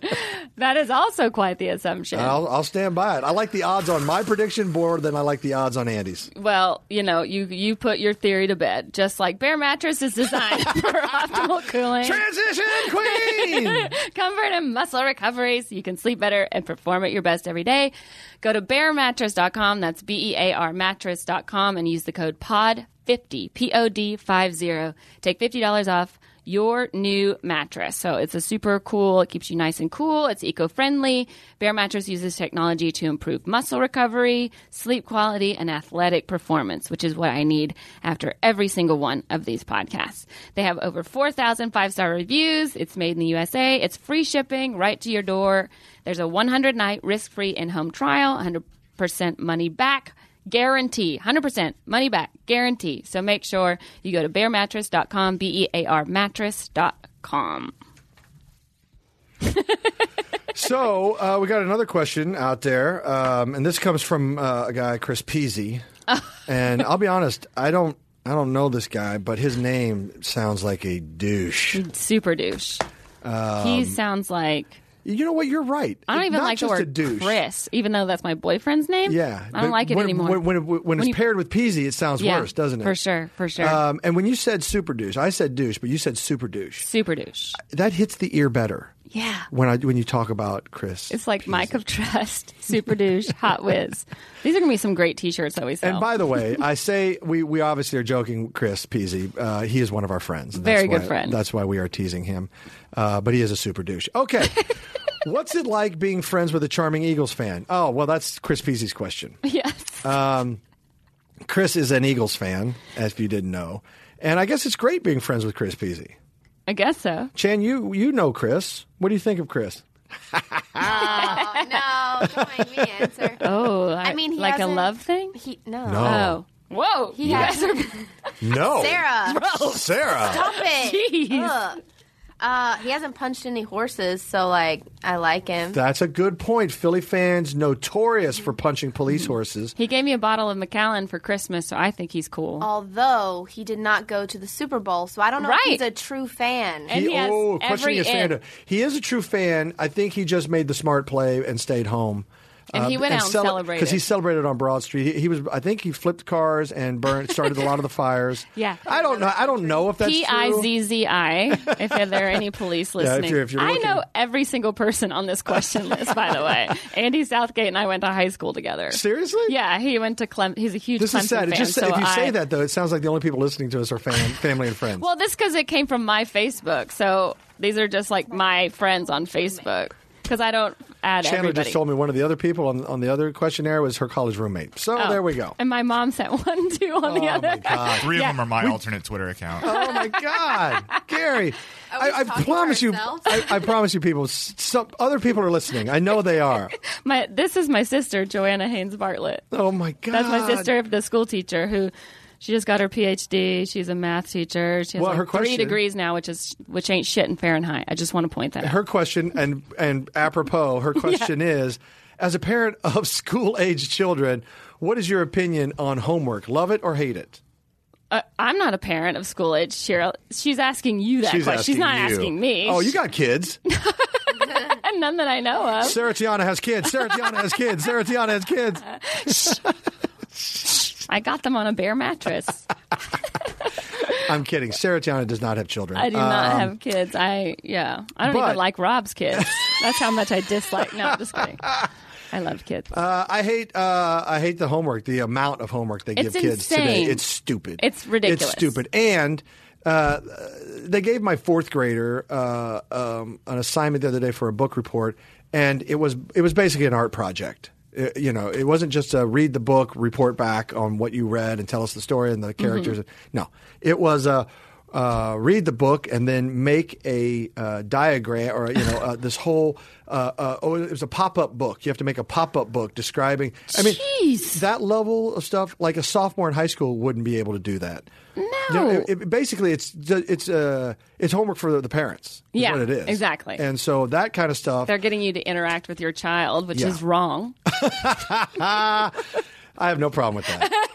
S5: That is also quite the assumption.
S6: I'll, I'll stand by it. I like the odds on my prediction board than I like the odds on Andy's.
S5: well, you know, you you put your theory to bed, just like Bear Mattress is designed for optimal cooling,
S6: Transition Queen!
S5: comfort, and muscle recovery, so you can sleep better and perform at your best every day. Go to BearMattress.com. That's E B-E-A-R Mattress.com, and use the code POD fifty P O D five zero. Take fifty dollars off. your new mattress. So it's a super cool, it keeps you nice and cool, it's eco friendly. Bear Mattress uses technology to improve muscle recovery, sleep quality, and athletic performance, which is what I need after every single one of these podcasts. They have over 4,000 five star reviews. It's made in the USA, it's free shipping right to your door. There's a 100 night risk free in home trial, 100% money back guarantee 100% money back guarantee so make sure you E go to bearmattress.com b-e-a-r mattress.com
S6: so uh, we got another question out there, um, and this comes from uh, a guy, Chris Peasy. and I'll be honest, I don't, I don't know this guy, but his name sounds like a douche.
S5: Super douche. he sounds like
S6: You know what? You're right.
S5: I don't even
S6: Not
S5: like the
S6: just a
S5: word
S6: douche.
S5: Chris, even though that's my boyfriend's name.
S6: Yeah,
S5: I
S6: but
S5: don't like it
S6: when,
S5: anymore.
S6: When, when, when it's
S5: you-
S6: paired with Peasy, it sounds
S5: Yeah,
S6: worse, doesn't it?
S5: for sure, for sure.
S6: Um, and when you said super douche, I said douche, but you said super douche.
S5: Super douche.
S6: That hits the ear better.
S5: Yeah.
S6: When I when you talk about Chris,
S5: It's like my cup of trust, super douche, hot whiz. These are gonna be some great T-shirts that we sell.
S6: And by the way, I say we, we obviously are joking, Chris Peasy. Uh, he is one of our friends. That's
S5: Very good
S6: why-
S5: friend.
S6: That's why we are teasing him. Uh, but he is a super douche. Okay. What's it like being friends with a charming Eagles fan? Oh, well, that's Chris Peasy's question. Um,
S5: yes,
S6: Chris is an Eagles fan, if you didn't know. And I guess it's great being friends with Chris Peasy.
S5: I guess so.
S6: Chan, you, you know Chris. What do you think of Chris?
S8: no, don't make me answer.
S5: Oh,
S8: I mean, he
S5: like a
S8: hasn't-
S5: love thing.
S8: He no.
S5: Oh, whoa! He has a
S6: No.
S8: Sarah,
S6: Sarah.
S8: stop it. Ugh. Uh, he hasn't punched any horses, so like I like him.
S6: That's a good point. Philly fans notorious for punching police horses.
S5: He gave me a bottle of Macallan for Christmas, so I think he's cool.
S6: Oh,
S8: Although he did not go to the Super Bowl, so I don't know
S5: Right.
S8: if he's a true fan.
S5: And he has
S6: oh, questioning
S5: every
S6: his fandom.
S5: it.
S6: He is a true fan. I think he just made the smart play and stayed home. Um,
S5: And he went out and celebrated.
S6: because he celebrated on Broad Street. He, he was, I think, he flipped cars and burned, started a lot of the fires.
S5: Yeah.
S6: I don't know. I don't know if that's
S5: P I Z Z I. If there are any police
S6: if
S5: listening,
S6: you're- if you're
S5: I
S6: looking.
S5: know every single person on this question list. By the way, Andy Southgate and I went to high school together.
S6: true. Seriously?
S5: Yeah, he went to Clem. He's a huge
S6: This
S5: Clemson
S6: is sad.
S5: fan.
S6: It just
S5: so
S6: if you say
S5: I-
S6: that though, it sounds like the only people listening to us are fam- family and friends.
S5: well, this because it came from my Facebook. So these are just like my friends on Facebook because I don't add
S6: Chandler
S5: everybody.
S6: just told me one of the other people on, on the other questionnaire was her college roommate. So
S5: Oh.
S6: there we go.
S5: And my mom sent one too on the
S6: Oh
S5: other.
S6: my
S9: Uh,
S6: god.
S7: Three of them are my alternate Twitter account.
S6: Oh my God, Gary! I,
S8: we
S6: I
S8: talking to
S6: promise you,
S8: ourselves?
S6: I, I promise you, people. s- Some other people are listening. I know they are.
S5: My this is my sister Joanna Haynes Bartlett.
S6: Oh my God,
S5: That's my sister, the school teacher who she just got her PhD. She's a math teacher. She has
S6: Well,
S5: like
S6: her
S5: three
S6: question-
S5: degrees now, which is which ain't shit in Fahrenheit. I just want to point that. out.
S6: Her question, and and apropos, her question is: As a parent of school-age children, what is your opinion on homework? Love it or hate it?
S5: Uh, I'm not a parent of school age. Cheryl, she's asking you that question. She's not
S6: you.
S5: asking me.
S6: Oh, you got kids.
S5: and none that I know of.
S6: Sarah Tiana has kids. Sarah Tiana has kids. Sarah Tiana has kids.
S5: I got them on a bare mattress.
S6: I'm kidding. Sarah Tiana does not have children.
S5: I do not have kids. I yeah. I don't
S6: Um, but-
S5: even like Rob's kids. That's how much I dislike. No, I'm just kidding. I love kids.
S6: Uh, I hate uh, I hate the homework, the amount of homework they
S5: It's
S6: give kids today.
S5: insane.
S6: It's stupid.
S5: It's ridiculous.
S6: It's stupid. And uh, they gave my fourth grader uh, um, an assignment the other day for a book report, and it was it was basically an art project. Uh, you know, it wasn't just a read the book, report back on what you read, and tell us the story and the
S5: Mm-hmm.
S6: characters. No, it was a. Uh, read the book and then make a uh, diagram or you know uh, this whole uh, uh, oh it was a pop up book you have to make a pop up book describing I mean
S5: Jeez.
S6: that level of stuff like a sophomore in high school wouldn't be able to do that you know,
S5: No.
S6: it, it- basically, it's it's uh, it's homework for the, the parents. is
S5: Yeah,
S6: what it is
S5: exactly.
S6: And so that kind of stuff.
S5: They're getting you to interact with your child, which
S6: Yeah.
S5: is wrong.
S6: I have no problem with that.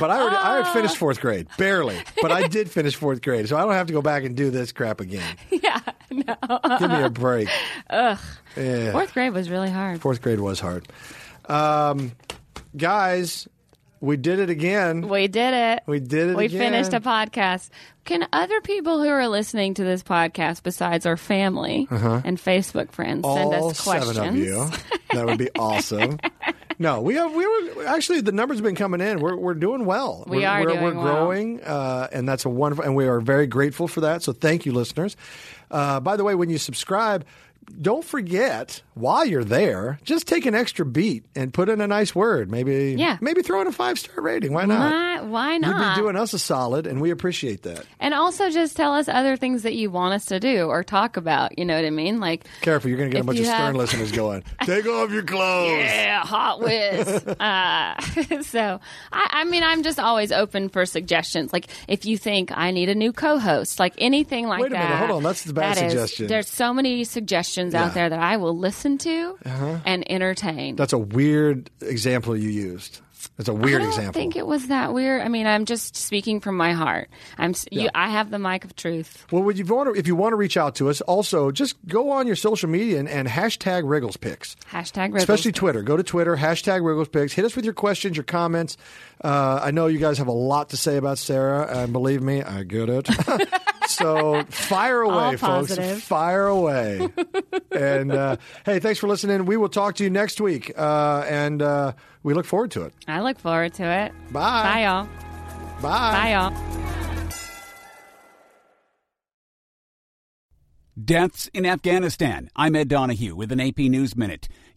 S6: but I already, I
S5: Ah.
S6: already finished fourth grade, barely. But I did finish fourth grade, so I don't have to go back and do this crap again.
S5: yeah. No.
S6: Give me a break.
S5: Fourth grade was really hard.
S6: Fourth grade was hard, um, guys. We did it again.
S5: We did it.
S6: We did it
S5: We
S6: again.
S5: finished a podcast. Can other people who are listening to this podcast, besides our family and Facebook friends, send
S6: Uh-huh. All
S5: us questions?
S6: seven of you. That would be awesome. No, we have we were actually the numbers have been coming in. We're we're doing well.
S5: We
S6: we're,
S5: are
S6: we're,
S5: doing
S6: we're
S5: well.
S6: growing, uh, and that's a wonderful. And we are very grateful for that. So thank you, listeners. Uh, by the way, when you subscribe. Don't forget while you're there, just take an extra beat and put in a nice word. Maybe,
S5: Yeah.
S6: maybe throw in a five star rating. Why not?
S5: Why, Yeah, why
S6: You'd
S5: not?
S6: be doing us a solid, and we appreciate that.
S5: and also just tell us other things that you want us to do or talk about. You know what I mean? Like,
S6: Careful, you're going to get
S5: If
S6: a bunch
S5: you
S6: of
S5: have-
S6: Stern listeners going, take off your clothes.
S5: yeah, hot whiz. uh, so, I, I mean, I'm just always open for suggestions. Like, if you think I need a new co-host, like anything like
S6: Wait a
S5: that.
S6: minute, hold on, that's the bad
S5: that is-
S6: suggestion.
S5: there's so many
S6: Yeah.
S5: suggestions
S6: Uh-huh.
S5: out there that I will listen to and entertain.
S6: That's a weird example you used. That's a weird
S5: I don't
S6: example.
S5: think it was that weird. I mean, I'm just speaking from my heart. I'm. s You, I have the mic of truth.
S6: Well, would you want to, if you want to reach out to us, also just go on your social media and, and hashtag Wriggles Picks.
S5: Hashtag Riddles.
S6: Especially Twitter. Go to Twitter, hashtag Wriggles Picks. Hit us with your questions, your comments. Uh, I know you guys have a lot to say about Sarah, and believe me, I get it. so fire away,
S5: All
S6: folks.
S5: positive.
S6: Fire away. and uh, hey, thanks for listening. We will talk to you next week, uh, and uh, we look forward to it.
S5: I look forward to it.
S6: Bye.
S5: Bye, y'all. Bye, y'all.
S10: Deaths in Afghanistan. I'm Ed Donahue with an AP News Minute.